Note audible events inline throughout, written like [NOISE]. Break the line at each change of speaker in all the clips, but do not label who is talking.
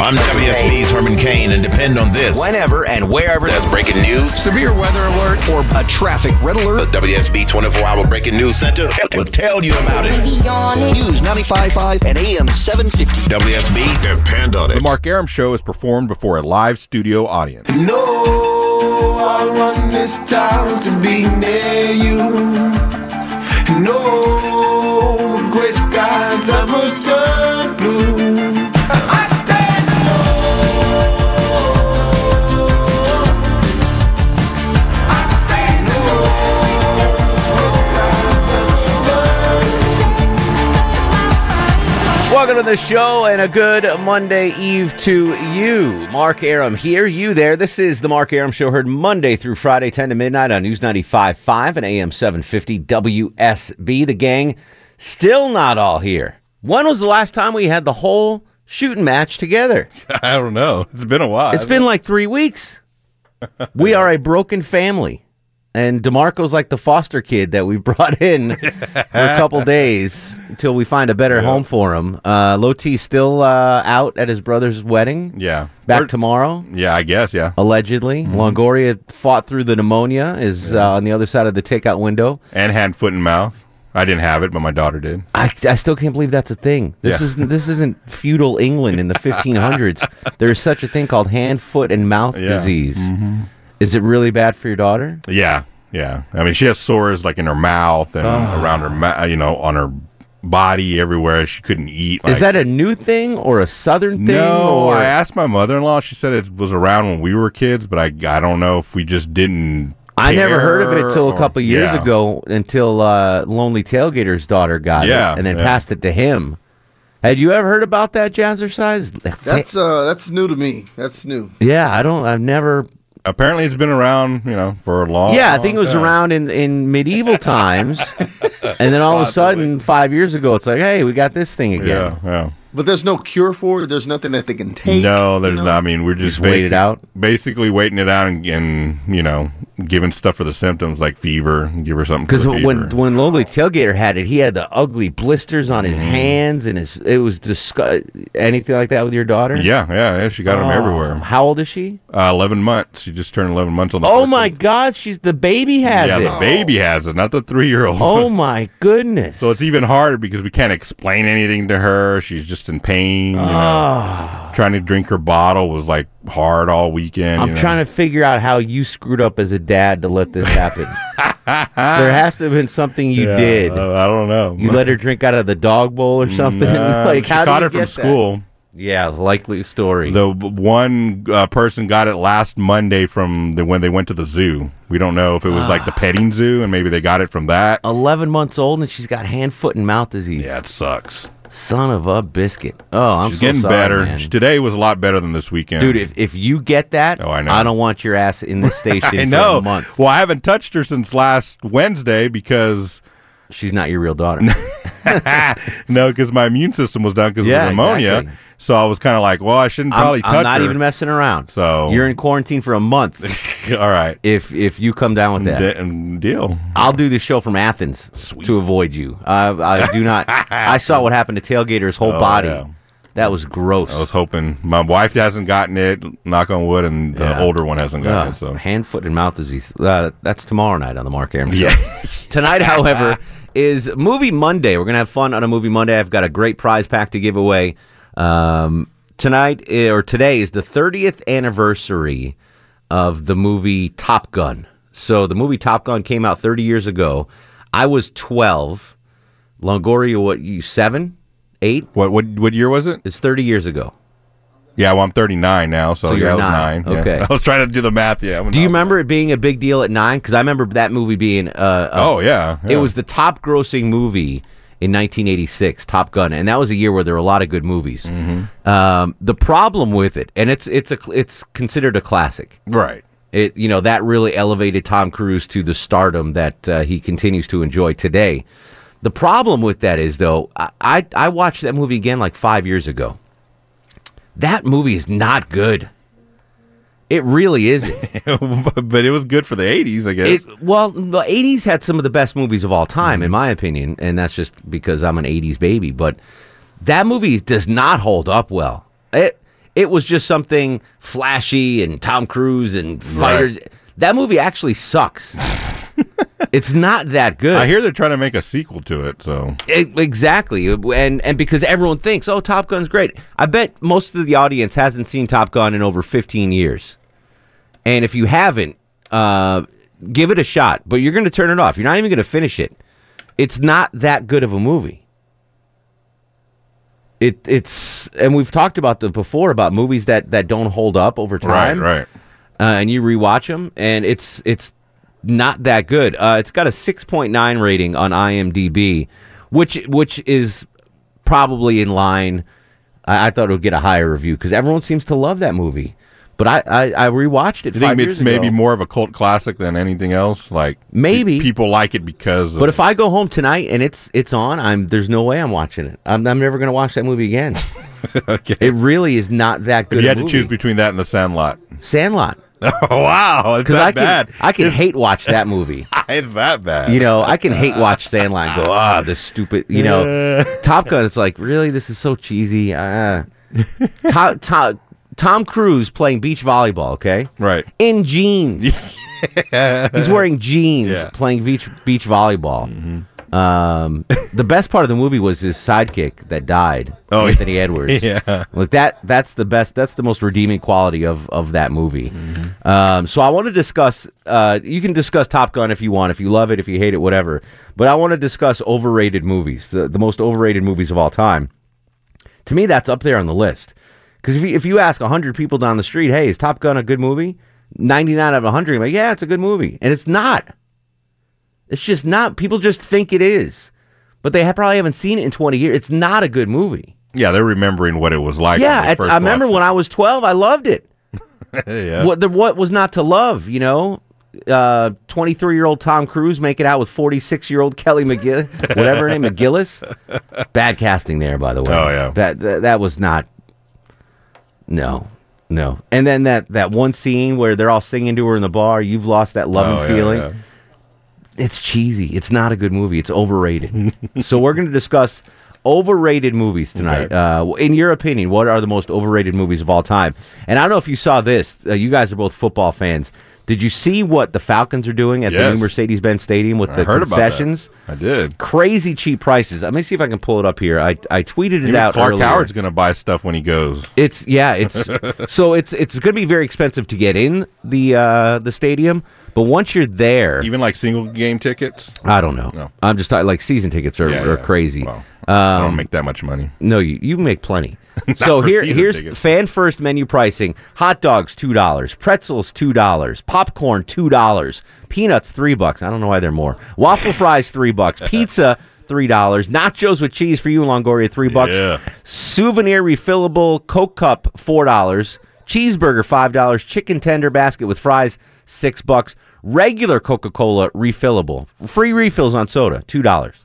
I'm WSB's Herman Kane, and depend on this.
Whenever and wherever.
That's breaking news.
Severe weather alert or a traffic red
The
alert.
WSB 24 Hour Breaking News Center will tell you about it.
News 95.5 and AM 750.
WSB, depend on it.
The Mark Aram Show is performed before a live studio audience.
No, I want this town to be near you. No gray skies ever turn blue. I stand alone. I stand alone. Gray skies ever turn blue.
Welcome to the show and a good Monday Eve to you. Mark Aram here, you there. This is the Mark Aram Show, heard Monday through Friday, 10 to midnight on News 95.5 and AM 750 WSB. The gang still not all here. When was the last time we had the whole shooting match together?
[LAUGHS] I don't know. It's been a while.
It's been like three weeks. We are a broken family. And DeMarco's like the foster kid that we [LAUGHS] brought in for a couple days until we find a better home for him. Uh, Loti's still uh, out at his brother's wedding.
Yeah.
Back
We're-
tomorrow,
Yeah, I guess. Yeah.
allegedly. Longoria fought through the pneumonia, is uh, on the other side of the takeout window.
And hand, foot, and mouth. I didn't have it, but my daughter did.
I, I still can't believe that's a thing. This
Yeah.
isn't this isn't feudal England
[LAUGHS]
in the 1500s. There's such a thing called hand, foot, and mouth
Yeah. Mm-hmm.
disease. Is it really bad for your daughter?
Yeah. Yeah. I mean, she has sores like in her mouth and
Ah.
around her, ma- you know, on her body everywhere. She couldn't eat.
Is that a new thing or a southern thing?
No,
or
I asked my mother-in-law. She said it was around when we were kids, but I, I don't know if we just didn't.
I never heard of it
care
until a
or-
couple years
yeah.
ago. Until uh, Lonely Tailgater's daughter got
Yeah,
it and then
yeah.
passed it to him. Had you ever heard about that jazzercise?
That's uh that's new to me. That's new.
yeah, I don't. I've never.
Apparently, it's been around, you know, for a long.
yeah, I think it was
long time.
around in in medieval times, and then all of a sudden, five years ago, it's like, hey, we got this thing again.
Yeah, yeah.
But there's no cure for it. There's nothing that they can take.
No, there's not. I mean, we're just,
Just wait it
basic-
out?
Basically, waiting it out and, and you know, giving stuff for the symptoms like fever. Give her something
Because
for the
when
fever.
when Lonely Tailgater had it, he had the ugly blisters on
Mm.
his hands, and his it was disgust. Anything like that with your daughter? Oh,
yeah, yeah, yeah, she got them everywhere.
How old is she?
Uh, Eleven months. She just turned eleven months on the.
Oh
14th.
my God, she's the baby has
Yeah,
it.
the baby has it, not the three-year-old.
Oh my goodness.
[LAUGHS] So it's even harder because we can't explain anything to her. She's just in pain. You
Ah,
know. Trying to drink her bottle was like hard all weekend.
I'm trying to figure out how you screwed up as a dad to let this
[LAUGHS]
happen. there has to have been something you did.
I don't know.
you let her drink out of the dog bowl or something. [LAUGHS]
Nah,
like
Uh, she
how did
caught
you
her from
get that?
school.
Yeah, likely story.
The w- one uh, person got it last Monday from the when they went to the zoo. We don't know if it was like
Ah.
the petting zoo and maybe they got it from that.
11 months old and she's got hand, foot, and mouth disease.
Yeah, it sucks.
Son of a biscuit. Oh, I'm
She's
so
getting
sorry,
better.
man.
She- Today was a lot better than this weekend,
Dude, if, if you get that,
Oh, I know.
don't want your ass in
[LAUGHS]
this station
I
for
know.
a month.
Well, I haven't touched her since last Wednesday because
She's not your real
[LAUGHS]
daughter.
no, because my immune system was down because
Yeah,
of the pneumonia.
exactly.
So I was kind of like, well, I shouldn't
I'm-
probably
I'm,
touch
not
her.
even messing around.
So-
you're in quarantine for a month
[LAUGHS]
[LAUGHS]
All right,
if if you come down with that.
[LAUGHS] D- deal.
I'll do the show from Athens to avoid you. I, I do
[LAUGHS]
not. I saw what happened to Tailgater's whole
Oh,
body.
yeah.
That was gross.
I was hoping my wife hasn't gotten it. Knock on wood, and the
Yeah.
older one hasn't gotten
Ugh,
it. So
hand, foot, and mouth disease. Uh, that's tomorrow night on the Mark Aram Show.
[LAUGHS] yeah,
[LAUGHS] Tonight, however, [LAUGHS] is Movie Monday. We're going to have fun on a Movie Monday. I've got a great prize pack to give away. Um, tonight, eh, or today, is the 30th anniversary of the movie Top Gun. So the movie Top Gun came out 30 years ago. I was 12. Longoria, what, you seven? Eight?
what what what year was it?
It's 30 years ago.
Yeah, well, I'm 39 now, so,
So
yeah,
you're
I was
nine.
nine. yeah.
Okay.
[LAUGHS] I was trying to do the math. Yeah. I'm
Do you
not-
remember it being a big deal at nine? Because I remember that movie being uh, a
Oh yeah,
It
yeah.
was the top grossing movie in 1986, Top Gun, and that was a year where there were a lot of good movies. Um, the problem with it, and it's it's a cl- it's considered a classic.
Right. [LAUGHS]
It you know that really elevated Tom Cruise to the stardom that uh, he continues to enjoy today. The problem with that is though, I, I I watched that movie again like five years ago. That movie is not good. It really isn't.
but but it was good for the 80s, I guess. Mm-hmm.
It, well, the '80s had some of the best movies of all time, in my opinion, and that's just because I'm an '80s baby. But that movie does not hold up well. It it was just something flashy and Tom Cruise and fighter.
Right.
That movie actually sucks.
[LAUGHS]
it's not that good.
I hear they're trying to make a sequel to it, so
E- exactly, and and because everyone thinks, oh, Top Gun's great. I bet most of the audience hasn't seen Top Gun in over 15 years, and if you haven't, uh, give it a shot. But you're going to turn it off. You're not even going to finish it. It's not that good of a movie. It it's and we've talked about the before about movies that that don't hold up over time
right, right.
uh, and you rewatch them, and it's it's not that good. Uh, it's got a 6.9 rating on IMDb, which which is probably in line. I, I thought it would get a higher review because everyone seems to love that movie. But I I, I rewatched it.
You
five
think
years
it's maybe
ago.
more of a cult classic than anything else? Like pe-
Maybe.
people like it because. Of
But if I go home tonight and it's it's on, I'm there's no way I'm watching it. I'm, I'm never gonna watch that movie again.
[LAUGHS] Okay.
It really is not that good.
If you
a
had to
movie.
choose between that and The Sandlot. [LAUGHS]
Sandlot
Oh, wow, it's
because
that
I can
bad. [LAUGHS]
I can hate watch that movie.
it's that bad.
You know, I can hate watch Sandline go, ah, this stupid. You know, Top Gun. It's like, really, this is so cheesy. Uh. Tom, Tom, Tom Cruise playing beach volleyball. Okay,
right?
in jeans.
[LAUGHS]
He's wearing jeans
Yeah. Mm-hmm.
playing beach beach volleyball. Um, the best part of the movie was his sidekick that died,
Oh,
Anthony Edwards.
[LAUGHS] yeah.
like that. That's the best. That's the most redeeming quality of of that movie.
Mm-hmm.
Um, so I want to discuss. Uh, you can discuss Top Gun if you want, if you love it, if you hate it, whatever. But I want to discuss overrated movies, the the most overrated movies of all time to me that's up there on the list because if you, if you ask 100 people down the street hey is top gun a good movie 99 out of 100 are like yeah it's a good movie and it's not it's just not people just think it is but they ha- probably haven't seen it in 20 years it's not a good movie
Yeah, they're remembering what it was like.
yeah
when they
at-
first
i remember
watched
when i was 12 i loved it
it. [LAUGHS] yeah.
what the, what was not to love you know uh, 23 year old Tom Cruise making out with 46 year old Kelly
[LAUGHS]
McGill, whatever her name, McGillis. Bad casting there, by the way.
Oh, yeah.
that that, that was not. No, no. And then that that one scene where they're all singing to her in the bar. You've lost that love
Oh,
and
yeah,
feeling.
yeah.
It's cheesy. It's not a good movie. It's
[LAUGHS]
overrated. so we're going to discuss overrated movies tonight.
Okay.
Uh, in your opinion, what are the most overrated movies of all time? And I don't know if you saw this. Uh, you guys are both football fans. Did you see what the Falcons are doing at the
Yes.
new Mercedes-Benz Stadium with
I
the
heard about that.
concessions?
I did.
Crazy cheap prices. Let me see if I can pull it up here. I, I tweeted it
Even
out
Clark
earlier.
Howard's going to buy stuff when he goes.
It's yeah,
[LAUGHS]
it's so it's it's going to be very expensive to get in the uh, the stadium, but once you're there,
Even like single game tickets.
I don't know.
No.
I'm just talking like season tickets are,
Yeah,
are
yeah.
crazy. Um,
Well, I don't make that much money.
No, you, you make
[LAUGHS]
plenty. so
for
here
season
here's
tickets.
fan first menu pricing. Hot dogs two dollars, pretzels two dollars, popcorn two dollars, peanuts three bucks. I don't know why they're more. Waffle fries three
[LAUGHS]
bucks, pizza three dollars, nachos with cheese for you Longoria three bucks,
Yeah.
souvenir refillable Coke cup four dollars, cheeseburger five dollars, chicken tender basket with fries six bucks, regular Coca Cola refillable, free refills on soda two dollars.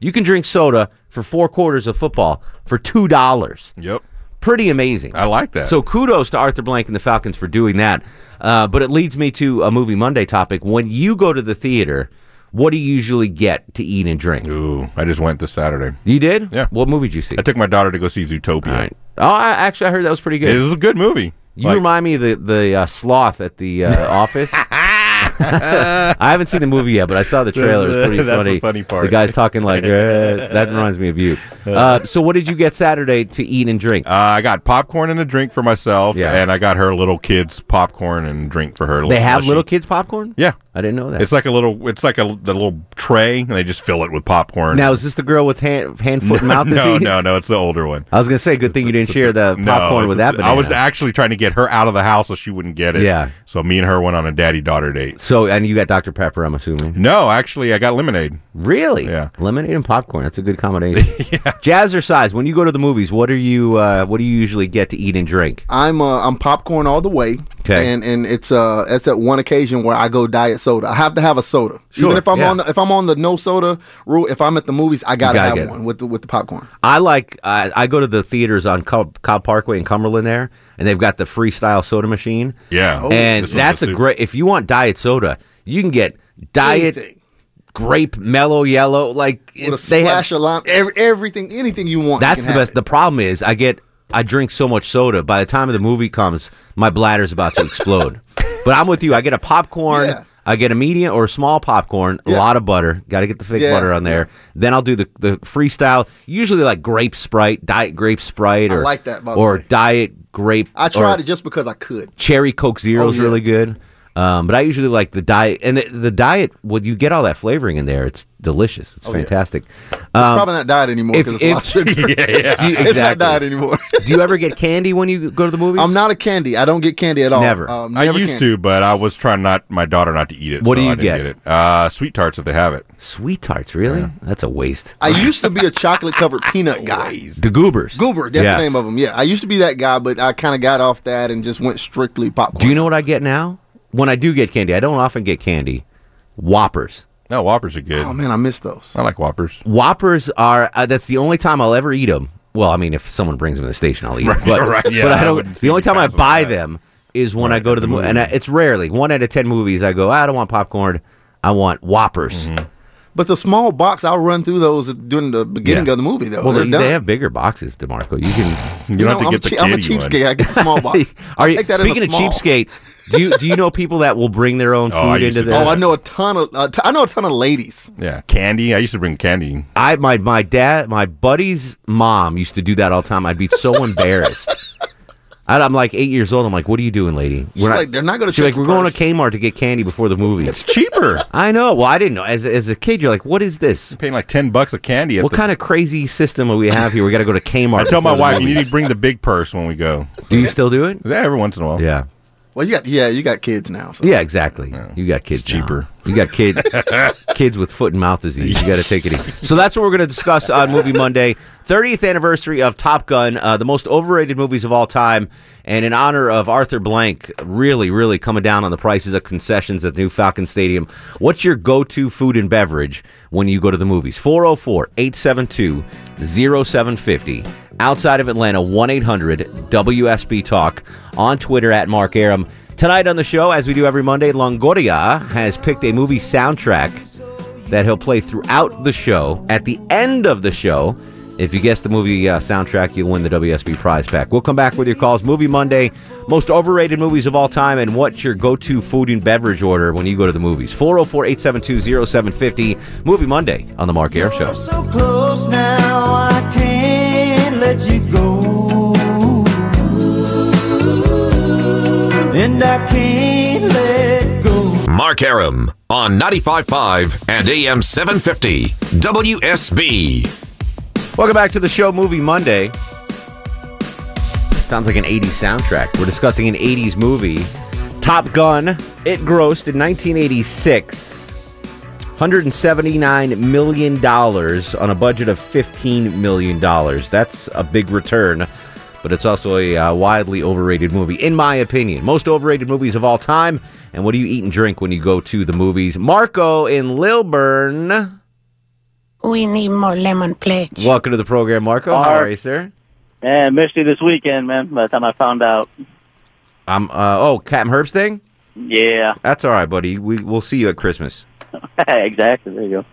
You can drink soda for four quarters of football for two dollars.
Yep.
Pretty amazing.
I like that.
So kudos to Arthur Blank and the Falcons for doing that. Uh, but it leads me to a movie Monday topic. When you go to the theater, what do you usually get to eat and drink?
Ooh, I just went this Saturday.
You did?
Yeah.
What movie did you see?
I took my daughter to go see Zootopia.
All right. Oh, I, actually, I heard that was pretty
It
good.
was a good movie.
You
Like,
remind me of the the uh, sloth at the uh,
[LAUGHS]
office. I haven't seen the movie yet, but I saw the trailer.
[LAUGHS]
It's pretty
That's the
funny.
funny part.
The guy's talking like "Eh," that reminds me of
[LAUGHS]
you. Uh, so, what did you get Saturday to eat and drink?
uh, I got popcorn and a drink for myself,
Yeah.
and I got her little kids popcorn and drink for her.
they have
slushy.
little kids popcorn.
Yeah.
I didn't know that.
It's like a little, it's like a the little tray, and they just fill it with popcorn.
now, is this the girl with hand, hand foot, and mouth
[LAUGHS] no,
disease?
no, no, it's the older one.
I was gonna say, good thing you didn't share the
No,
popcorn
it's-
with that banana.
I was actually trying to get her out of the house so she wouldn't get it.
Yeah.
So me and her went on a daddy daughter date.
so, and you got Dr Pepper, I'm
[LAUGHS]
assuming.
No, actually, I got lemonade.
Really?
Yeah.
Lemonade and popcorn. That's a good
[LAUGHS]
combination. yeah. Jazzercise. When you go to the movies, what are you? Uh, what do you usually get to eat and drink?
I'm uh, I'm popcorn all the way.
'Kay.
And and it's uh that's at one occasion where I go diet soda. I have to have a soda.
Sure,
Even if I'm
yeah.
on the, if I'm on the no soda rule, if I'm at the movies, I gotta,
gotta get
have one with the with the popcorn.
I like. I, I go to the theaters on Cobb, Cobb Parkway in Cumberland there, and they've got the freestyle soda machine.
Oh, Yeah.
Oh.
and
This was
that's
the
a
soup.
great. If you want diet soda, you can get diet
Anything.
grape mellow yellow. Like
With a
it's- they have-
splash of lime, every, everything, anything you want. you
That's
can
the
have
best.
it.
The problem is, I get I drink so much soda. By the time the movie comes, my bladder's about to
[LAUGHS]
explode. but I'm with you. I get a popcorn.
Yeah.
I get a medium or a small popcorn. A
Yeah.
lot of butter. Got to get the fake
Yeah,
butter on there. Then I'll do the the freestyle. Usually like grape sprite, diet grape sprite,
I
or
like that, by the
or
way.
diet grape.
I tried
or
it just because I could.
Cherry Coke Zero is
Oh, yeah.
really good. Um, but I usually like the diet and the, the diet. When you get all that flavoring in there, it's delicious.
Oh,
It's fantastic.
It's probably not diet anymore
Um, if-
because it's a lot of
if-
sugar.
Do [LAUGHS] you-
[LAUGHS] It's not
exactly.
diet anymore. [LAUGHS]
Do you ever get candy when you go to the movies?
I'm not a candy. I don't get candy at all.
Never.
Um,
I
never
used
candy.
to, but I was trying not my daughter not to eat it.
What do
so
you
I didn't
get?
it? Uh, sweet tarts if they have it.
Sweet tarts, really? That's a waste.
I used to be a chocolate
[LAUGHS]
covered peanut guy.
The goobers.
Goober, that's
Yes.
the name of them. Yeah, I used to be that guy, but I kind of got off that and just went strictly popcorn.
Do you know what I get now? When I do get candy, I don't often get candy. Whoppers.
No, Whoppers are good.
Oh man, I miss those.
I like Whoppers.
Whoppers are. Uh, that's the only time I'll ever eat them. Well, I mean, if someone brings them to the station, I'll eat them. But,
right, yeah,
but I
I
don't.
wouldn't see
the only
you
time I
pass on
buy
that.
them is when I go to the
the
movie,
movie.
and I, it's rarely one out of ten movies. I go, "Ah, I don't want popcorn. I want Whoppers.
But the small box, I'll run through those at- during the beginning
Yeah.
of the movie though.
Well,
They're
they,
done.
they have bigger boxes, Demarco. You can.
You,
You
don't
know,
have to get
I'm a
the
cheap-
kitty
I'm
one.
a cheapskate. I get
[LAUGHS]
the small box.
Are
I'll
you,
take that in the
speaking
small.
of cheapskate, do you do you know people that will bring their own food
[LAUGHS] Oh, I used
into
to
the?
do
Oh, I know a ton of. Uh, t- I know a ton of ladies.
Yeah, candy. I used to bring candy.
I my my dad my buddy's mom used to do that all the time. I'd be
[LAUGHS]
so embarrassed. I, I'm like eight years old. I'm like, what are you doing, lady?
She's like, they're not gonna
She's
check
like,
your
we're going
purse."
to Kmart to get candy before the movie.
It's
[LAUGHS]
cheaper.
I know. Well, I didn't know. As as a kid, you're like, what is this?
Paying like ten bucks a candy. At
What
the,
kind of crazy system do we have here? We got to go to Kmart.
I tell my
before the
wife you
movie."
need to bring the big purse when we go.
Do you still do it?
Yeah, every once in a while.
Yeah.
Well, you got yeah, you got kids now. So.
Yeah, exactly. You got kids
It's
now.
cheaper.
You got
[LAUGHS]
kid kids with foot and mouth disease. You got to take it easy. So that's what we're going to discuss on Movie Monday, 30th anniversary of Top Gun, uh, the most overrated movies of all time, and in honor of Arthur Blank, really, really coming down on the prices of concessions at the new Falcon Stadium. What's your go-to food and beverage when you go to the movies? 404-872-0750. Outside of Atlanta, 1-800-WSB-TALK. On Twitter, at Mark Aram. Tonight on the show, as we do every Monday, Longoria has picked a movie soundtrack that he'll play throughout the show. At the end of the show, if you guess the movie uh, soundtrack, you'll win the WSB prize pack. We'll come back with your calls. Movie Monday, most overrated movies of all time, and what's your go to food and beverage order when you go to the movies? 404 872 0750. Movie Monday on The Mark Air Show.
So close now, I can't let you go. And I can't let go.
Mark Aram on 95.5 and AM 750 WSB.
Welcome back to the show, Movie Monday. Sounds like an 80s soundtrack. We're discussing an 80s movie, Top Gun. It grossed in 1986 $179 million on a budget of $15 million. That's a big return, but it's also a uh, widely overrated movie, in my opinion. Most overrated movies of all time. And what do you eat and drink when you go to the movies? Marco in Lilburn.
We need more lemon pledge.
Welcome to the program, Marco. How are you, sir?
Man, missed you this weekend, man. By the time I found out,
I'm uh oh, Captain Herb's thing?
yeah, [LAUGHS]
That's all right, buddy. We we'll see you at Christmas.
exactly. There you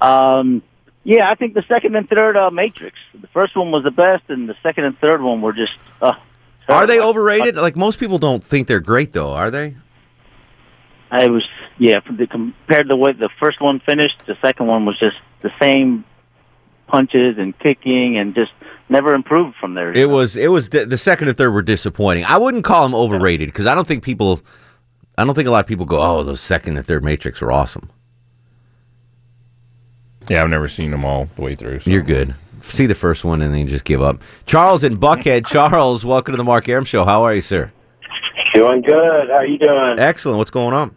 go. Um, yeah, I think the second and third uh, Matrix. The first one was the best, and the second and third one were just. Uh,
Are they
terrible.
overrated? Like most people don't think they're great though, are they?
I was yeah. from The, compared to the way the first one finished, the second one was just the same punches and kicking, and just never improved from there.
It was it was the the second and third were disappointing. I wouldn't call them overrated because I don't think people I don't think a lot of people go, oh, those second and third Matrix are awesome.
Yeah, I've never seen them all the way through. so-
You're good. See the first one and then you just give up. Charles in
[LAUGHS]
Buckhead. Charles, welcome to the Mark Aram Show. How are you, sir?
Doing good. How you doing?
Excellent. What's going on?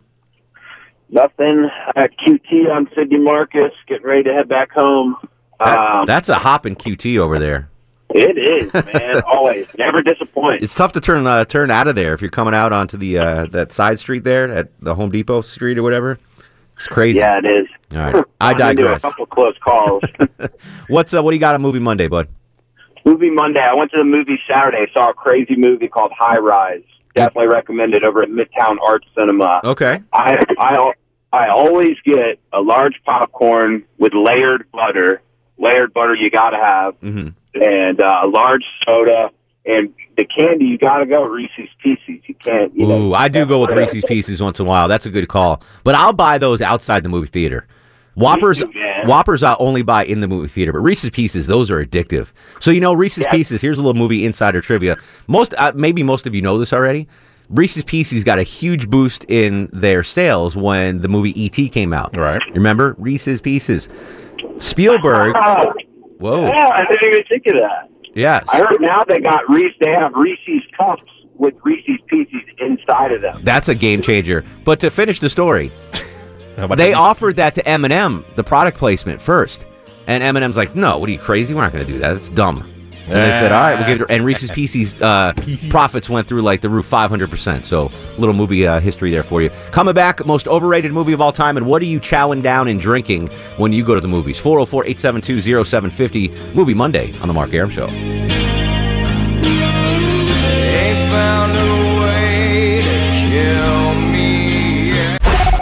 Nothing. Uh, QT on Sydney Marcus. Getting ready to head back home. Um,
That's a hopping QT over there.
it is, man. [LAUGHS] always. Never disappoint.
It's tough to turn uh, turn out of there if you're coming out onto the uh, that side street there at the Home Depot Street or whatever. It's crazy.
Yeah, it is.
All
[LAUGHS]
right. I
I'm into
digress.
A couple close
[LAUGHS]
calls.
What's uh, what do you got on Movie Monday, bud?
movie Monday. I went to the movie Saturday. Saw a crazy movie called High Rise. Definitely recommend it over at Midtown Arts Cinema.
Okay.
I I al- I always get a large popcorn with layered butter. Layered butter you got to have.
Mm-hmm.
and uh, a large soda and the candy you gotta go Reese's Pieces. You can't. You know,
Ooh, I do go with Reese's Pieces once in a while. That's a good call. But I'll buy those outside the movie theater. Whoppers,
too, man.
Whoppers, I only buy in the movie theater. But Reese's Pieces, those are addictive. So you know, Reese's Pieces. Here's a little movie insider trivia. Most, uh, maybe most of you know this already. Reese's Pieces got a huge boost in their sales when the movie E.T. came out.
Right.
Remember Reese's Pieces?
[LAUGHS]
Spielberg.
Oh,
Whoa.
yeah, I didn't even think of that.
Yeah.
I heard now they got Reese. They have Reese's cups with Reese's Pieces inside of them.
That's a game changer. But to finish the story,
How about
they
that?
offered that to Eminem, the product placement first, and Eminem's like, "No, what are you crazy? We're not going to do that. That's dumb." And they said, "All right, we'll give it." And Reese's Pieces uh, profits went through like the roof, five hundred percent. So, little movie uh, history there for you. Coming back, most overrated movie of all time, and what are you chowing down and drinking when you go to the movies? 404-872-0750, Movie Monday on the Mark Aram Show.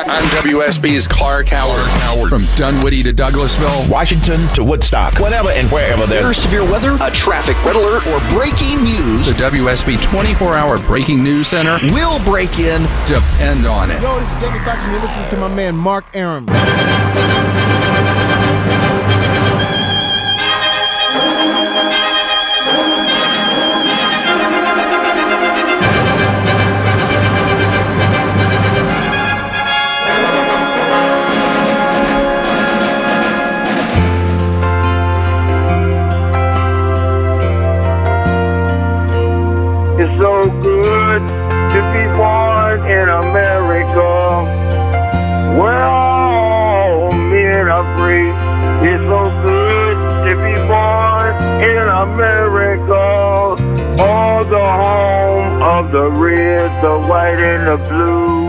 I'm WSB's Clark Howard. Howard. From Dunwoody to Douglasville.
Washington to Woodstock, whenever and wherever there's
There's severe weather, a traffic red alert, or breaking news,
The WSB 24 hour breaking news center.
we'll break in.
Depend on it.
Yo, this is Jamie Foxx, and you're listening to my man Mark Aram.
It's so good to be born in America. Where all men are free. It's so good to be born in America. All the home of the red, the white, and the blue.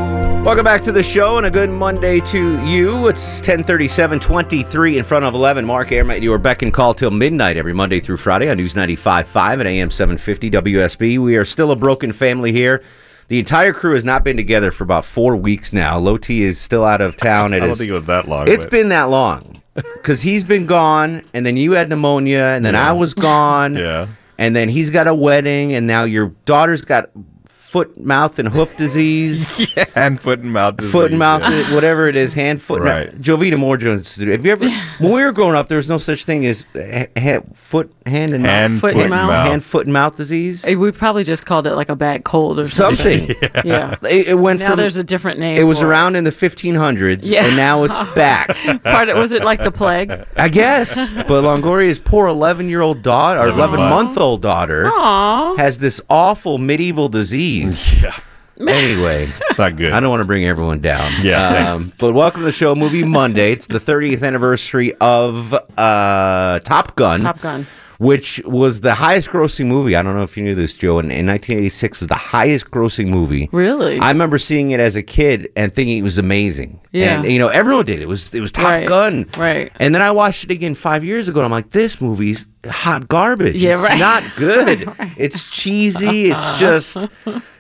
Welcome back to the show and a good Monday to you. It's 1037, 23 in front of 11. Mark Aram at your beck and call till midnight every Monday through Friday on News 95.5 at AM 750 WSB. We are still a broken family here. The entire crew has not been together for about four weeks now. Low T is still out of town.
I
It
don't
is-
think it was that long.
it's
but-
been that long because he's been gone and then you had pneumonia and then I was gone
[LAUGHS] Yeah.
and then he's got a wedding and now your daughter's got foot, mouth, and hoof disease
Hand, foot, and mouth. disease,
foot and mouth,
yeah.
it- whatever it is, hand, foot.
Right.
Now, Jovita Moore Jones. Have you ever? when we were growing up, there was no such thing as uh, ha- ha- foot, hand, and
Hand,
mouth.
foot, and mouth.
hand, foot, and mouth disease.
Eh, We probably just called it like a bad cold or something.
[LAUGHS]
Something. [LAUGHS]
Yeah.
It, it went
now
from.
there's a different name.
it was
for
around in the 1500s,
Yeah.
and now it's
[LAUGHS]
back.
Part of, was it like
[LAUGHS]
the plague?
I guess. But Longoria's poor 11 year old daughter, or 11 month old daughter,
Aw.
has this awful medieval disease.
[LAUGHS] Yeah.
Anyway.
It's
[LAUGHS]
not good.
I don't want to bring everyone down.
Yeah,
Um,
thanks.
but welcome to the show, Movie Monday. It's the 30th anniversary of uh, Top Gun.
Top Gun.
Which was the highest grossing movie. I don't know if you knew this, Joe. In, in 1986, was the highest grossing movie.
Really?
I remember seeing it as a kid and thinking it was amazing.
Yeah.
And you know, everyone did. It was it was Top
Right,
Gun.
right.
And then I watched it again five years ago and I'm like, this movie's hot garbage.
Yeah,
it's
[LAUGHS] right. Uh-huh.
not good. It's cheesy. It's just and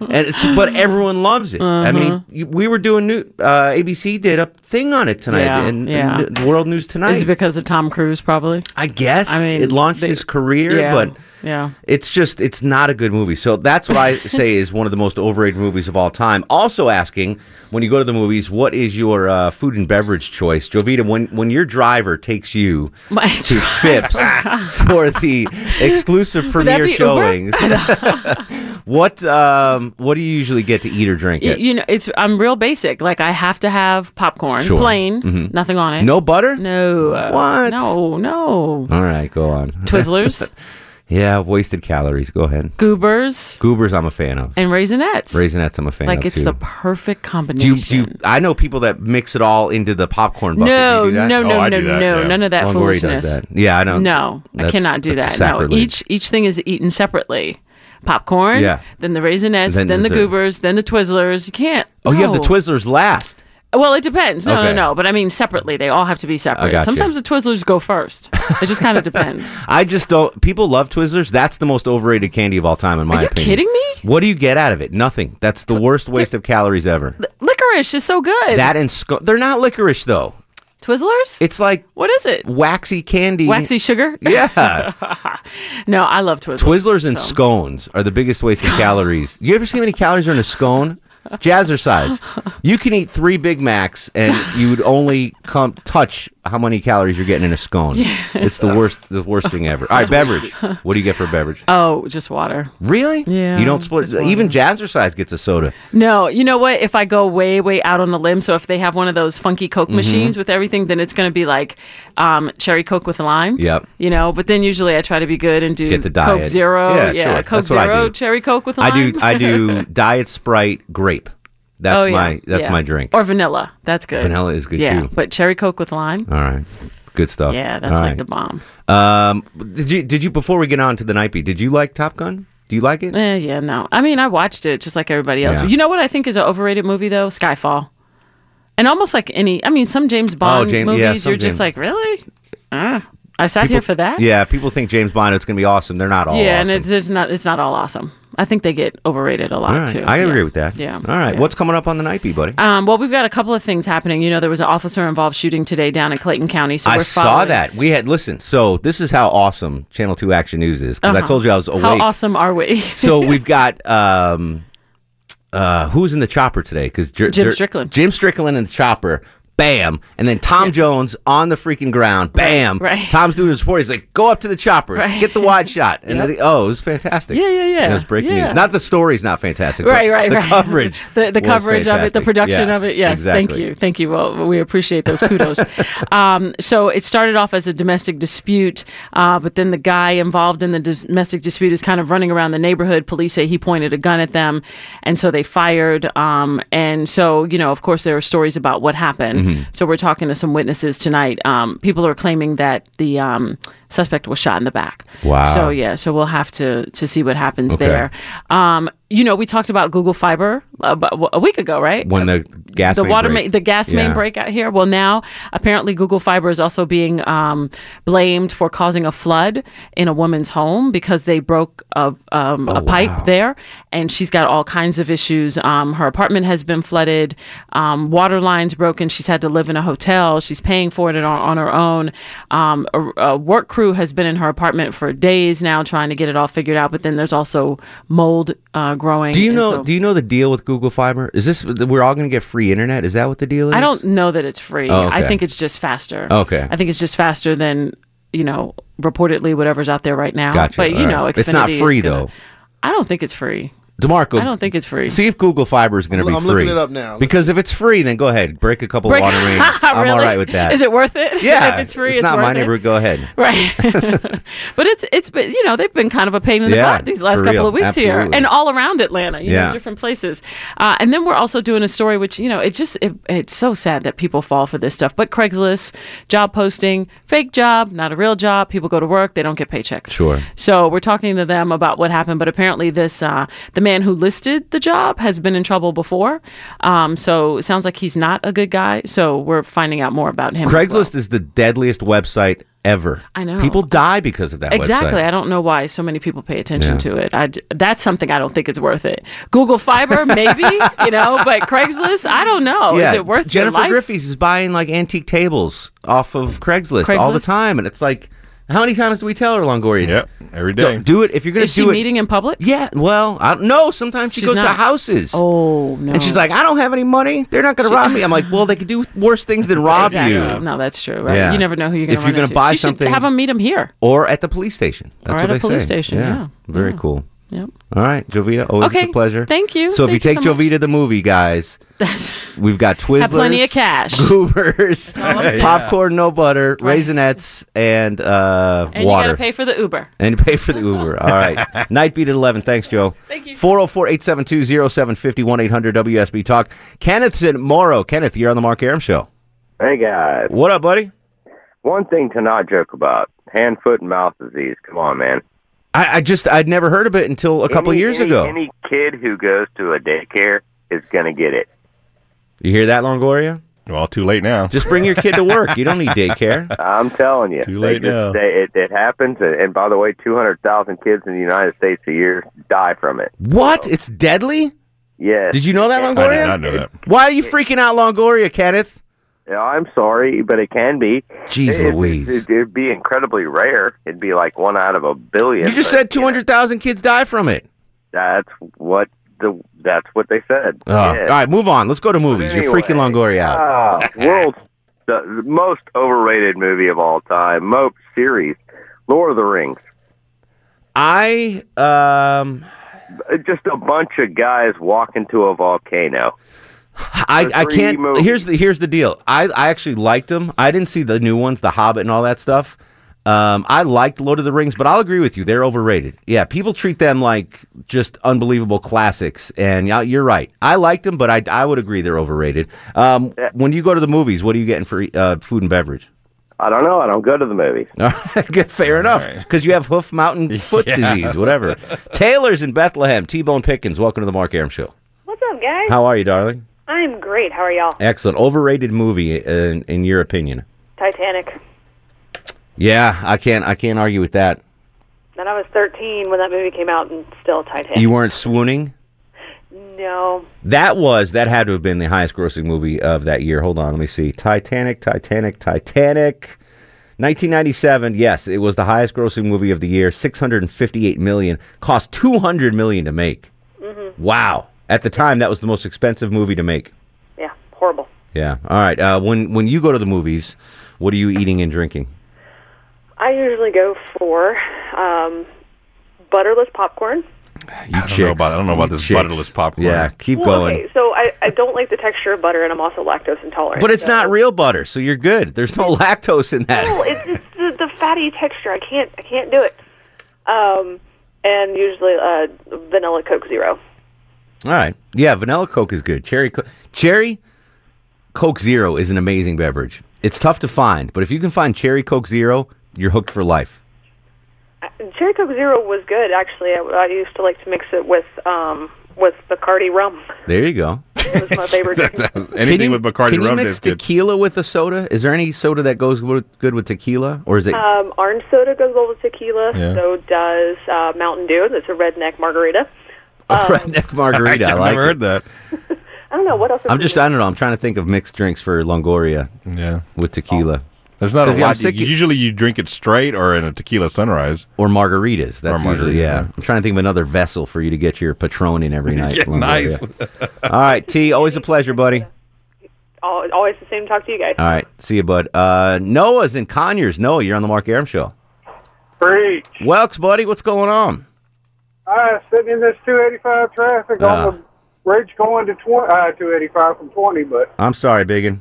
it's but everyone loves it. I mean,
Uh-huh.
you, we were doing new uh, ABC did a thing on it tonight
Yeah,
and,
yeah.
and World News Tonight.
Is it because of Tom Cruise, probably?
I guess
I mean,
it launched
they-
his career,
yeah,
but
yeah.
it's just it's not a good movie. So that's what I [LAUGHS] say is one of the most overrated movies of all time. Also asking when you go to the movies, what is your uh, food and beverage choice, Jovita? When when your driver takes you
My [LAUGHS]
to Phipps [LAUGHS] for the exclusive
that
premiere
[LAUGHS] be Uber?
showings, [LAUGHS] What um, what do you usually get to eat or drink?
Y-
It?
You know, it's I'm real basic. Like I have to have popcorn,
Sure.
plain,
Mhm.
nothing on it.
No butter?
No. uh,
What?
No, no.
All right, go on. [LAUGHS]
Twizzlers.
yeah, wasted calories. Go ahead.
Goobers
Goobers, I'm a fan of.
and raisinets.
Raisinets, I'm a fan
like
of
it's
too.
the perfect
do you,
combination.
do you, I know people that mix it all into the popcorn bucket.
No,
Do you do that?
no, no, Oh, I do no, that, no, yeah. none of that
Don Lori does
foolishness.
that. Yeah, I don't.
No, I
that's-
cannot do
that's
that. No,
sacrilege.
each each thing is eaten separately. Popcorn,
Yeah.
then the raisinets,
Then
then, the
dessert.
goobers, then the Twizzlers. You can't.
Oh, you have the
no.
Twizzlers last.
Well, it depends. No,
Okay.
no, no. But I mean, separately, they all have to be
I
separate.
gotcha.
Sometimes the Twizzlers go first. It just kind of
[LAUGHS]
depends.
I just don't. People love Twizzlers. That's the most overrated candy of all time, in my
you
opinion.
kidding me?
What do you get out of it? Nothing. That's the worst waste of calories ever.
Licorice is so good.
That and sco- they're not licorice though.
Twizzlers?
It's like
what is it?
Waxy candy.
Waxy sugar? [LAUGHS]
Yeah.
no, I love Twizzlers.
Twizzlers and scones are the biggest
[LAUGHS]
waste of calories. You ever see how many calories are in a scone? Jazzercise. You can eat three Big Macs and you would only come touch how many calories you're getting in a scone.
Yeah.
It's the worst, the worst thing ever. All right,
That's
beverage.
wasted.
What do you get for a beverage?
Oh, just water.
Really?
Yeah.
You don't split. Even Jazzercise gets a soda.
No, you know what? If I go way, way out on a limb, so if they have one of those funky Coke
Mhm.
machines with everything, then it's going to be like um, cherry Coke with lime.
Yep.
You know, but then usually I try to be good and do
Get the
Coke
diet.
Zero.
Yeah, sure.
Coke
That's what I
Zero,
do.
cherry Coke with
I
lime.
do. I do [LAUGHS] diet Sprite grape. That's
[LAUGHS] Oh, yeah,
my. That's
yeah.
my drink.
Or vanilla. That's good.
Vanilla is good,
yeah,
too.
But cherry Coke with lime.
All right. Good stuff.
Yeah, that's
All
like
right.
the bomb.
Um, did you did you before we get on to the night beat? Did you like Top Gun? Do you like it?
Eh, yeah, no. I mean, I watched it just like everybody else.
Yeah.
You know what I think is an overrated movie though? Skyfall. And almost like any, I mean, some James Bond
Oh, James-
movies,
yeah, some
you're just
James-
like, really? Uh, I sat here for that.
Yeah, people think James Bond. It's going to be awesome. They're not all.
yeah,
awesome.
and it's, it's not it's not all awesome. I think they get overrated a lot
all right.
too.
I
Yeah.
agree with that.
Yeah.
All right. What's coming up on the night beat, buddy?
Um, well, we've got a couple of things happening. You know, there was an officer-involved shooting today down in Clayton County. So
I
we're
saw
following-
that. We had listen. So this is how awesome Channel Two Action News is because I
Uh-huh.
told you I was awake.
How awesome are we? [LAUGHS]
so we've got um, uh, who's in the chopper today? Because
Jim Strickland.
Jim Strickland in the chopper. Bam, and then Tom Jones on the freaking ground. Bam,
right.
Tom's doing his report. He's like, "Go up to the chopper,
Right.
get the wide shot." And
Yep.
then, oh, it was fantastic.
Yeah, yeah, yeah.
It was breaking
Yeah.
news. Not the story's not fantastic. but
Right, right,
the
right.
Coverage,
[LAUGHS] the, the
was
coverage of it, the
fantastic.
production
Yeah,
of it. Yes, thank
exactly.
you, thank you. Well, we appreciate
[LAUGHS]
those kudos. um, so it started off as a domestic dispute, uh, but then the guy involved in the domestic dispute is kind of running around the neighborhood. Police say he pointed a gun at them, and so they fired. Um, and so you know, of course, there are stories about what happened.
Mm-hmm.
Mhm.
So we're talking to some witnesses tonight. Um, people are claiming that the um, suspect was shot in the back.
Wow.
So yeah, so we'll have to to see what happens
Okay.
there. Um, you know, we talked about Google Fiber uh, about a week ago, right?
When the gas
the
main
water
break.
main, the gas
Yeah.
main break out here. Well, now apparently Google Fiber is also being um, blamed for causing a flood in a woman's home because they broke a, um,
Oh,
a pipe there, and she's got all kinds of issues. Um, her apartment has been flooded, um, water lines broken. She's had to live in a hotel. She's paying for it on, on her own. Um, a, a work crew has been in her apartment for days now trying to get it all figured out. But then there's also mold uh, growing.
Do you
and
know?
so-
do you know the deal with Google Fiber? Is this we're all going to get free internet? Is that what the deal is?
I don't know that it's free.
Oh, okay.
I think it's just faster.
Okay.
I think it's just faster than you know reportedly whatever's out there right now.
Gotcha.
But you
All
know,
right. it's not
Xfinity is
free
gonna-
though.
I don't think it's free.
Demarco,
I don't think it's free.
See if Google Fiber is going to
I'm
be
loo- I'm
free.
looking it up now.
Because if it's free, then go ahead, break a couple
Break- [LAUGHS]
water rings. I'm all
Really?
right with that.
Is it worth it?
Yeah,
[LAUGHS] if it's free, it's,
not
worth
my
it.
neighbor. Go ahead.
[LAUGHS] Right. but it's it's been you know, they've been kind of a pain in the
Yeah,
butt these last
for
couple
real.
of weeks here.
Absolutely.
And all around Atlanta, you
Yeah.
know, different places. Uh, and then we're also doing a story which, you know, it just it, it's so sad that people fall for this stuff. But Craigslist, job posting, fake job, not a real job, people go to work, they don't get paychecks.
Sure.
So we're talking to them about what happened, but apparently this uh, the man who listed the job has been in trouble before. Um, so it sounds like he's not a good guy. So we're finding out more about him. as well.
Craigslist is the deadliest website ever.
I know.
People die because of that
exactly.
website.
I don't know why so many people pay attention
Yeah.
to it. I d that's something I don't think is worth it.
[LAUGHS]
Google Fiber, maybe you know, but Craigslist, I don't know.
yeah,
Oh, Is it worth your
Jennifer
life?
Griffiths is buying like antique tables off of Craigslist, all the
Craigslist?
time, and it's like, how many times do we tell her, Longoria? Yep, every
day.
Do, do it if you're going
Is
to
she
do it.
meeting in public?
Yeah. Well, I don't know. Sometimes she
She's
goes to
not-
houses.
Oh no!
And she's like, I don't have any money. They're not going to
She-
rob me. I'm like, well, they could do worse things than rob
Exactly.
you.
No, that's true. Right?
Yeah.
You never know who you're going
If
to
you're gonna buy something-
have them meet him here.
Or at the police station. That's
Or
what
at a
they
police
say.
station, yeah.
Very cool.
Yep. [LAUGHS]
All right, Jovita, always
Okay,
a pleasure.
thank you.
So if
Thank
you
you
take
so much.
Jovita to the movie, guys, we've got Twizzlers,
Have plenty of cash.
Goobers,
all I'm saying.
popcorn, no butter,
Right.
raisinets, and uh,
And
water.
you got to pay for the Uber.
And pay for the Uber. All
[LAUGHS]
right. Night beat at 11. Thanks, Joe. oh Thank you. 404 872 0750 800 WSB Talk. Kenneth's in Morrow. Kenneth, you're on the Mark Aram Show.
Hey guys.
What up, buddy?
One thing to not joke about: hand, foot, and mouth disease. Come on, man.
I, I just, I'd never heard of it until a couple
Any-
years
any-
ago.
Any kid who goes to a daycare is gonna get it.
you hear that, Longoria? Well, too late now. Just bring your kid to work. You don't need daycare.
I'm telling you.
Too
They
late now.
they- it, it happens, and, and by the way, 200,000 kids in the United States a year die from it.
What? It's deadly?
Yes.
Did you know that, Longoria? Why are you freaking out, Longoria, Kenneth?
Yeah, I'm sorry, but it can be.
Jeez
It- it-
Louise.
It, would be incredibly rare. It'd be like one out of a billion.
You just
but
said 200,000 kids die from it.
that's what the that's what they said.
Oh,
Yes.
All right, move on. Let's go to movies. You're
Anyway.
freaking Longoria out.
uh,
Ah, world's the, the most overrated movie of all time. Mope series, Lord of the Rings.
I um
just a bunch of guys walking to a volcano.
I, I
three
can't.
movies.
Here's the here's the deal. I, I actually liked them. I didn't see the new ones, The Hobbit, and all that stuff. Um, I liked Lord of the Rings, but I'll agree with you. They're overrated. Yeah, people treat them like just unbelievable classics, and yeah, you're right. I liked them, but I, I would agree they're overrated. Um, when you go to the movies, what are you getting for uh, food and beverage?
I don't know. I don't go to the
[LAUGHS]
movies.
All right, good, fair enough, because you have hoof, mountain, foot
Yeah.
disease, whatever. Taylor's in Bethlehem. T-Bone Pickens, welcome to the Mark Aram Show.
What's up, guys?
How are you, darling?
I'm great. How are y'all?
Excellent. Overrated movie, in, in your opinion?
Titanic.
Yeah, I can't. I can't argue with that.
Then I was 13 when that movie came out, and still Titanic.
You weren't swooning.
No.
That was that had to have been the highest grossing movie of that year. Hold on, let me see. Titanic, Titanic, Titanic. 1997. Yes, it was the highest grossing movie of the year. 658 million. Cost 200 million to make.
Mm-hmm.
Wow. At the time, that was the most expensive movie to make.
Yeah. Horrible.
Yeah. All right. Uh, when when you go to the movies, what are you eating and drinking?
I usually go for um, butterless popcorn.
You I don't know about I don't know about this
butterless popcorn. [LAUGHS]
Yeah, keep
Well,
going.
Okay, so I, I don't like the texture of butter, and I'm also lactose intolerant.
But it's
so-
not real butter, so you're good. There's no [LAUGHS] lactose in that.
No, it's just the, the fatty texture. I can't. I can't do it. Um, and usually uh, vanilla Coke Zero.
All right. Yeah, vanilla Coke is good. Cherry Coke. Cherry Coke Zero is an amazing beverage. It's tough to find, but if you can find Cherry Coke Zero, you're hooked for life.
Cherry Coke Zero was good, actually. I, I used to like to mix it with um, with Bacardi rum.
There you go.
It was my favorite.
Can you-
Anything with Bacardi
Can you
rum
mix
tastes good.
tequila with a soda? Is there any soda that goes with, good with tequila, or is it?
um, orange soda goes well with tequila.
Yeah.
So does uh, Mountain Dew. That's a redneck margarita.
[LAUGHS] redneck margarita. [LAUGHS] I
I've
like
never
it.
heard that.
I don't know what else. is
I'm just. I don't know. I'm trying to think of mixed drinks for Longoria. Yeah. With tequila.
There's not a
'Cause, yeah, I'm
lot. You-
sick-
usually you drink it straight or in a tequila sunrise
or margaritas. That's usually yeah. I'm trying to think of another vessel for you to get your Patron in every night.
[LAUGHS] Yeah,
Longoria.
nice. [LAUGHS]
All right, T. Always a pleasure, buddy.
al- Always the same. to Talk to you guys.
All right, see you, bud. Uh, Noah's in Conyers. Noah, you're on the Mark Aram Show.
Preach.
Welks, buddy, what's going on?
I was sitting in this 285 traffic
Ah.
on the bridge going to 20, uh, 285 from 20, but
I'm sorry, Biggin.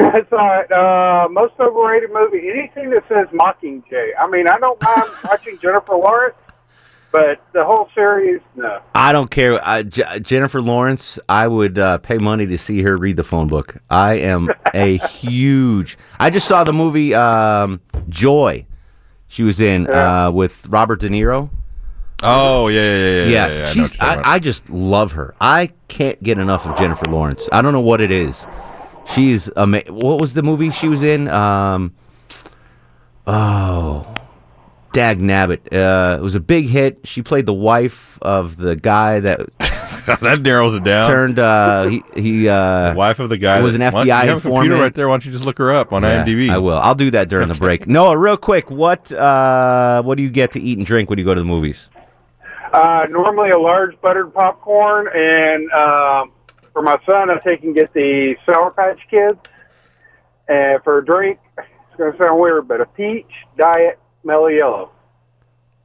it's all right. Uh, most overrated movie, anything that says Mockingjay. I mean, I don't mind watching Jennifer Lawrence, but the whole series, no.
I don't care. I, J- Jennifer Lawrence, I would uh, pay money to see her read the phone book. I am a huge. I just saw the movie um, Joy. She was in uh, with Robert De Niro.
Oh yeah, yeah, yeah, yeah.
yeah,
yeah, I know what
she's.
you're talking
I,
about.
I just love her. I can't get enough of Jennifer Lawrence. I don't know what it is. She's amazing. What was the movie she was in? Um, oh, Dag Nabbit. Uh, it was a big hit. She played the wife of the guy that.
[LAUGHS] that narrows it down.
Turned. Uh, he. he uh,
wife of Oh. the guy
was an
that-
FBI
why don't you have a computer
informant.
right there. Why don't you just look her up on
Yeah,
IMDb?
I will. I'll do that during the
[LAUGHS]
break. Noah, real quick, what uh, what do you get to eat and drink when you go to the movies?
Uh, normally a large buttered popcorn, and um, for my son, I think he can get the Sour Patch Kids. And for a drink, it's going to sound weird, but a peach diet mellow yellow.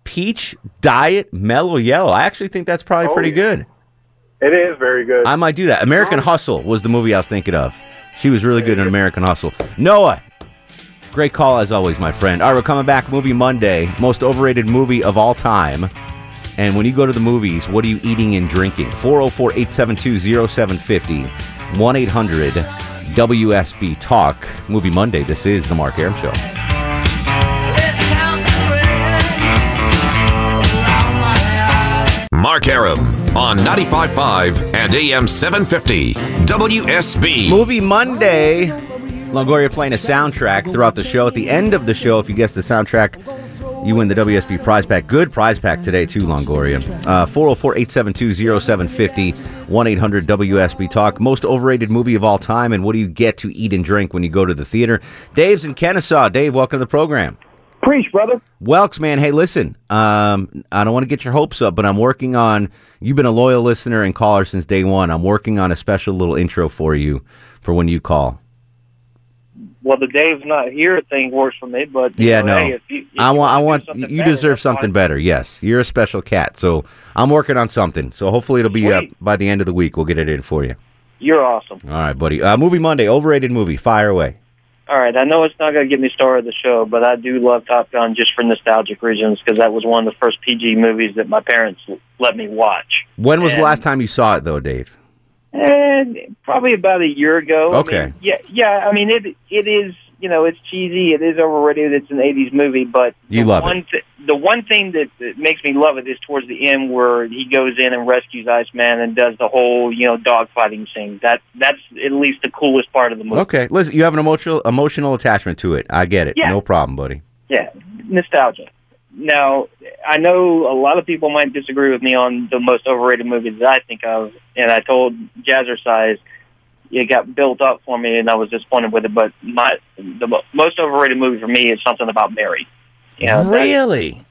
peach diet mellow yellow. I actually think that's probably pretty good.
Oh, It is very good. Oh.
I might do that. American Hustle was the movie I was thinking of. She was really good in American Hustle. Noah, great call as always, my friend. All right, we're coming back. Movie Monday, most overrated movie of all time. And when you go to the movies, what are you eating and drinking? 404 872 0750 1 800 WSB Talk. Movie Monday. This is The Mark Aram Show.
Mark Aram on 95.5 and AM 750 WSB.
Movie Monday. Longoria playing a soundtrack throughout the show. At the end of the show, if you guess the soundtrack, you win the WSB prize pack. Good prize pack today, too, Longoria. Uh, 404 872 0750 1 800 WSB Talk. Most overrated movie of all time, and what do you get to eat and drink when you go to the theater? Dave's in Kennesaw. Dave, welcome to the program.
Preach, brother.
Welks, man. Hey, listen. Um, I don't want to get your hopes up, but I'm working on. You've been a loyal listener and caller since day one. I'm working on a special little intro for you for when you call.
Well, the Dave's not here thing works for me, but you
Yeah,
know,
no.
hey, if you, if
I
you
want. I
do
want.
something
You
better,
deserve
that's fine.
something better. Yes, you're a special cat. So I'm working on something. So hopefully it'll be up
Sweet.
by the end of the week. We'll get it in for you.
You're awesome.
All right, buddy. Uh, movie Monday. Overrated movie. Fire away.
All right, I know it's not going to get me star of the show, but I do love Top Gun just for nostalgic reasons because that was one of the first PG movies that my parents l- let me watch.
When was the last time you saw it though, Dave?
And probably about a year ago. I
Okay.
mean, yeah, yeah. I mean, it it is you know it's cheesy, it is overrated. It's an '80s movie, but
You
the
love
one it. the one thing that, that makes me love it is towards the end where he goes in and rescues Iceman and does the whole you know dogfighting scene. That that's at least the coolest part of the movie.
Okay. Listen, you have an emotional emotional attachment to it. I get it.
Yeah.
No problem, buddy.
Yeah, nostalgia. Now, I know a lot of people might disagree with me on the most overrated movie that I think of, and I told Jazzercise it got built up for me, and I was disappointed with it. But my the mo- most overrated movie for me is something about Mary. Yeah, that-
really?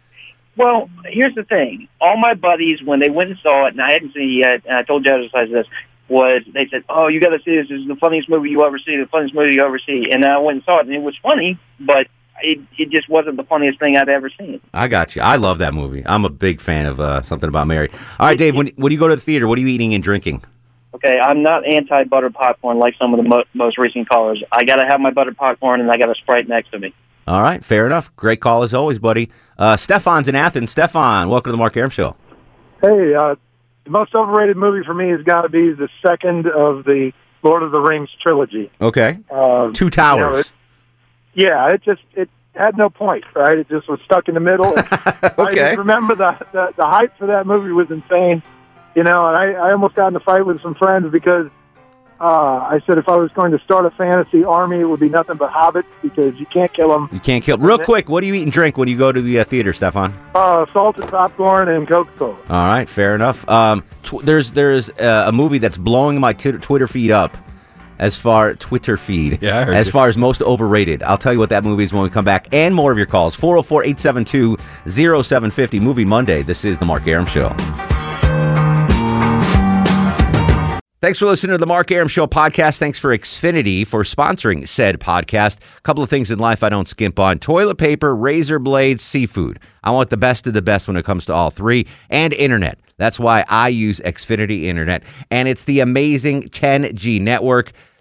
Well, here's the thing: all my buddies, when they went and saw it, and I hadn't seen it yet, and I told Jazzercise this, was they said, "Oh, you got to see this. This is the funniest movie you ever see. The funniest movie you ever see." And I went and saw it, and it was funny, but it it just wasn't the funniest thing I'd ever seen.
I got you. I love that movie. I'm a big fan of uh, something about Mary. All right, Dave. When when you go to the theater, what are you eating and drinking?
Okay, I'm not anti butter popcorn like some of the mo- most recent callers. I got to have my butter popcorn, and I got a sprite next to me.
All right, fair enough. Great call as always, buddy. Uh, Stefan's in Athens. Stefan, welcome to the Mark Aram Show.
Hey, uh, the most overrated movie for me has got to be the second of the Lord of the Rings trilogy.
Okay.
Uh,
Two towers.
you know, it- yeah, it just it had no point, right? It just was stuck in the middle.
[LAUGHS]
I just remember the, the the hype for that movie was insane. You know, and I, I almost got in a fight with some friends because uh, I said if I was going to start a fantasy army, it would be nothing but hobbits because you can't kill them.
You can't kill. Real quick, what do you eat and drink when you go to the uh, theater, Stefan?
Uh, salted popcorn and Coca Cola.
All right, fair enough. Um, tw- there's there's uh, a movie that's blowing my Twitter Twitter feed up as far Twitter feed
Yeah, I heard
as
you.
far as most overrated. I'll tell you what that movie is when we come back and more of your calls 404-872-0750 Movie Monday. This is the Mark Aram show. Thanks for listening to the Mark Aram Show podcast. Thanks for Xfinity for sponsoring said podcast. A couple of things in life I don't skimp on toilet paper, razor blades, seafood. I want the best of the best when it comes to all three, and internet. That's why I use Xfinity Internet. And it's the amazing 10G network.